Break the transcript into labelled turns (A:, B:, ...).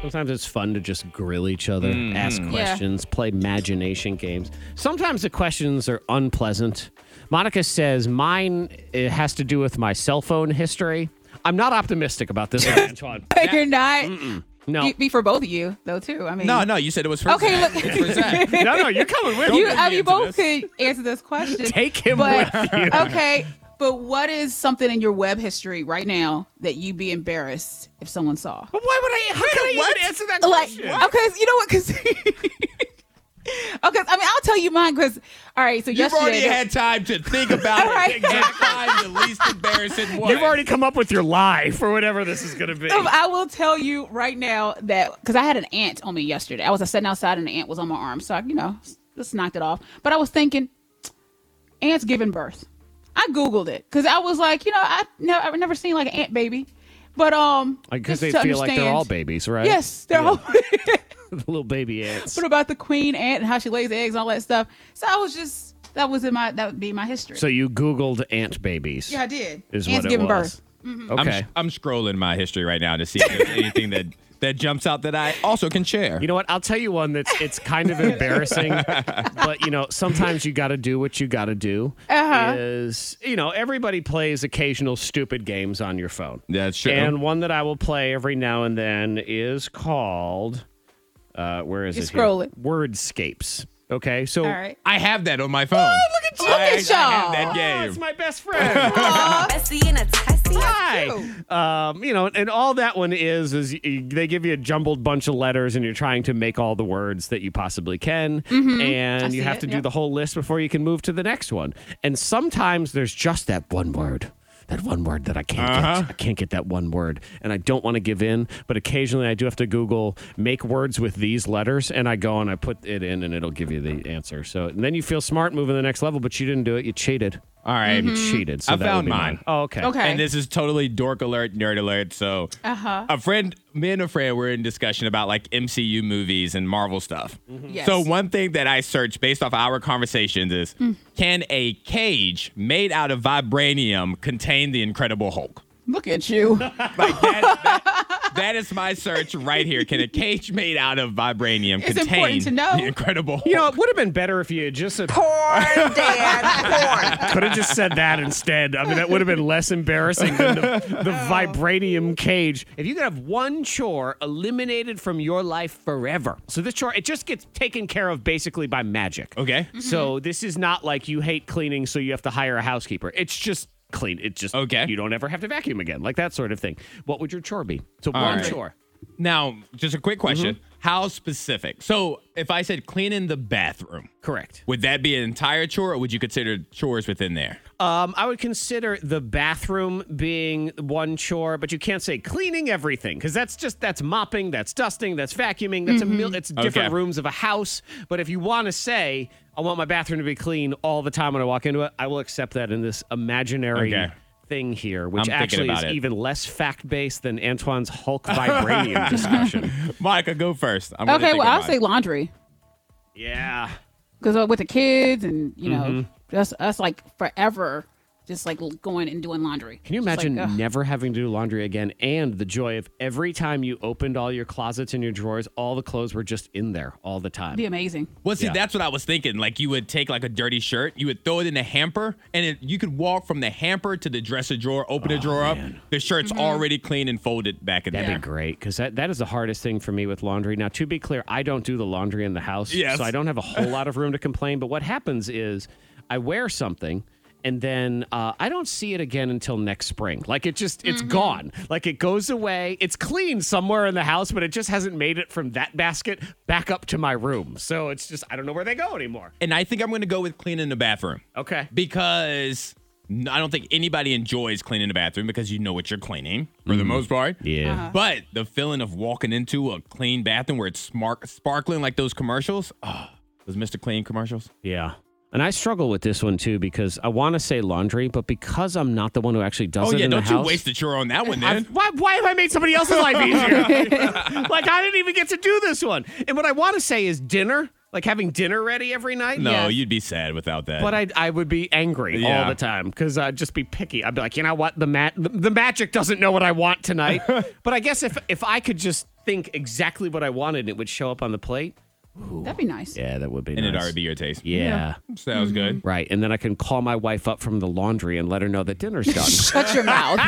A: sometimes it's fun to just grill each other, ask questions, play imagination games. Sometimes the questions are unpleasant. Monica says mine it has to do with my cell phone history. I'm not optimistic about this one, Antoine.
B: But you're not.
A: No.
B: Be- Be for both of you though too. I mean,
C: No, no, you said it was for
B: Okay,
C: Zach.
B: look-
C: It's for Zach.
A: no, no, you're coming with me.
B: you,
C: get
B: I,
C: me
B: you
C: into
B: both could answer this question.
A: Take him
B: but,
A: with you.
B: Okay, but what is something in your web history right now that you'd be embarrassed if someone saw?
A: But why would I? How could I
C: what?
A: even answer that
B: Like,
A: question?
B: because you know what? Because. Okay, I mean, I'll tell you mine because, all right, so
C: You've
B: yesterday.
C: already had time to think about
B: All right.
C: it. And find the least embarrassing one.
A: You've already come up with your lie for whatever this is going to be.
B: Um, I will tell you right now that because I had an ant on me yesterday. I was uh, sitting outside and an ant was on my arm, so I, you know, s- just knocked it off. But I was thinking, ants giving birth. I googled it because I was like, you know, I no, I've never seen like an ant baby, but um,
A: Because
B: just
A: they
B: to
A: feel like they're
B: understand-
A: all babies, right?
B: Yes, they're all.
A: little baby ants.
B: what about the queen ant and how she lays eggs and all that stuff? So I was just that was in my that would be my history.
A: So you Googled ant babies.
B: yeah, I did.
A: Is
B: ants
A: what
B: giving
A: it was.
B: birth.
C: I'm,
A: Okay.
C: I'm scrolling my history right now to see if there's anything that, that jumps out that I also can share.
A: you know what? I'll tell you one that's it's kind of embarrassing, but you know sometimes you got to do what you got to do.
B: Uh-huh.
A: Is you know everybody plays occasional stupid games on your phone.
C: That's true.
A: And one that I will play every now and then is called, uh, where is
B: You
A: it?
B: scroll
A: here?
B: it.
A: Wordscapes. Okay, so
B: All right.
C: I have that on my phone.
B: Oh, look at you. Look
C: I
B: at
C: actually have
B: y'all.
C: that
A: Oh,
C: game.
A: it's my best friend.
D: Bessie and a Tessie.
A: Hi. Um, you know, and all that one is is y they give you a jumbled bunch of letters, and you're trying to make all the words that you possibly can,
B: Mm-hmm. I
A: and you
B: see
A: have
B: it,
A: to do
B: yep.
A: the whole list before you can move to the next one. And sometimes there's just that one word. That one word that I can't
B: Uh-huh.
A: get. I can't get that one word. And I don't want to give in, but occasionally I do have to Google make words with these letters. And I go and I put it in and it'll give you the answer. So and then you feel smart moving to the next level, but you didn't do it. You cheated.
C: All right.
A: You
B: Mm-hmm.
A: cheated. So
C: I
A: that would
C: found
A: be
C: mine.
A: Oh, okay.
B: Okay. Uh-huh.
C: And this is totally dork alert, nerd alert. So, a friend, me and a friend were in discussion about like MCU movies and Marvel stuff.
B: Mm-hmm. Yes.
C: So,
B: Mm.
C: one thing that I searched based off our conversations is can a cage made out of vibranium contain the Incredible Hulk?
B: Look at you.
C: Like that, that- that is my search right here. Can a cage made out of vibranium
B: It's important
C: contain
B: to know.
C: the Incredible Hulk?
A: You know, it would have been better if you had just could
D: Porn, Dad, porn.
A: have just said that instead. I mean, that would have been less embarrassing than the, the
D: Oh.
A: vibranium cage. If you could have one chore eliminated from your life forever, so this chore it just gets taken care of basically by magic.
C: okay.
D: Mm-hmm.
A: So this is not like you hate cleaning, so you have to hire a housekeeper. It's just clean. It's just
C: Okay.
A: You don't ever have to vacuum again, like that sort of thing. What would your chore be? So one
C: right.
A: chore.
C: Now, just a quick question.
A: Mm-hmm.
C: How specific? So, if I said cleaning the bathroom,
A: Correct.
C: Would that be an entire chore, or would you consider chores within there?
A: Um, I would consider the bathroom being one chore, but you can't say cleaning everything because that's just that's mopping, that's dusting, that's vacuuming, that's a mil- it's different
C: Mm-hmm. Okay.
A: rooms of a house. But if you want to say I want my bathroom to be clean all the time when I walk into it, I will accept that in this imaginary
C: Okay.
A: thing here, which
C: I'm thinking
A: actually is
C: about it.
A: even less fact based than Antoine's Hulk vibranium discussion.
C: Monica, go first. I'm gonna
B: okay,
C: think
B: well, I'll
C: about
B: say
C: it.
B: laundry.
A: Yeah.
B: because uh, with the kids and you know
A: Mm-hmm.
B: just us like forever just like going and doing laundry
A: Can you
B: Just
A: imagine
B: like, ugh.
A: never having to do laundry again and the joy of every time you opened all your closets and your drawers, all the clothes were just in there all the time?
B: be amazing
C: Well, see,
A: Yeah.
C: that's what I was thinking. Like, you would take like a dirty shirt, you would throw it in a hamper, and it, you could walk from the hamper to the dresser drawer, open the drawer
A: Oh, man.
C: up. The shirt's
B: Mm-hmm.
C: already clean and folded back in
A: That'd
C: there.
A: be great because that, that is the hardest thing for me with laundry. Now, to be clear, I don't do the laundry in the house,
C: Yes.
A: so I don't have a whole lot of room to complain. But what happens is I wear something and then uh, I don't see it again until next spring. Like it just, it's
B: Mm-hmm.
A: gone. Like it goes away. It's clean somewhere in the house, but it just hasn't made it from that basket back up to my room. So it's just, I don't know where they go anymore.
C: And I think I'm going to go with cleaning the bathroom.
A: Okay.
C: Because n- I don't think anybody enjoys cleaning the bathroom because you know what you're cleaning for the most part.
A: Mm. Yeah.
C: But the feeling of walking into a clean bathroom where it's smart, sparkling like those commercials, oh, those Mr. Clean commercials.
A: Yeah. And I struggle with this one too because I want to say laundry, but because I'm not the one who actually does
C: Oh
A: it
C: yeah,
A: in the
C: don't you
A: house.
C: waste the chore on that one
A: I've-
C: then.
A: why, why have I made somebody else's life easier? like, I didn't even get to do this one. And what I want to say is dinner, like having dinner ready every night.
C: No,
B: Yes.
C: you'd be sad without that.
A: But I, I would be angry all
C: Yeah.
A: the time because I'd just be picky. I'd be like, you know what, the mat, the, the magic doesn't know what I want tonight. but I guess if if I could just think exactly what I wanted, and it would show up on the plate.
B: That'd be nice.
A: Yeah, that would be.
C: And
A: nice.
C: it'd already be your taste.
A: Yeah.
C: Sounds good.
A: Right, and then I can call my wife up from the laundry and let her know that dinner's done.
B: Shut your mouth.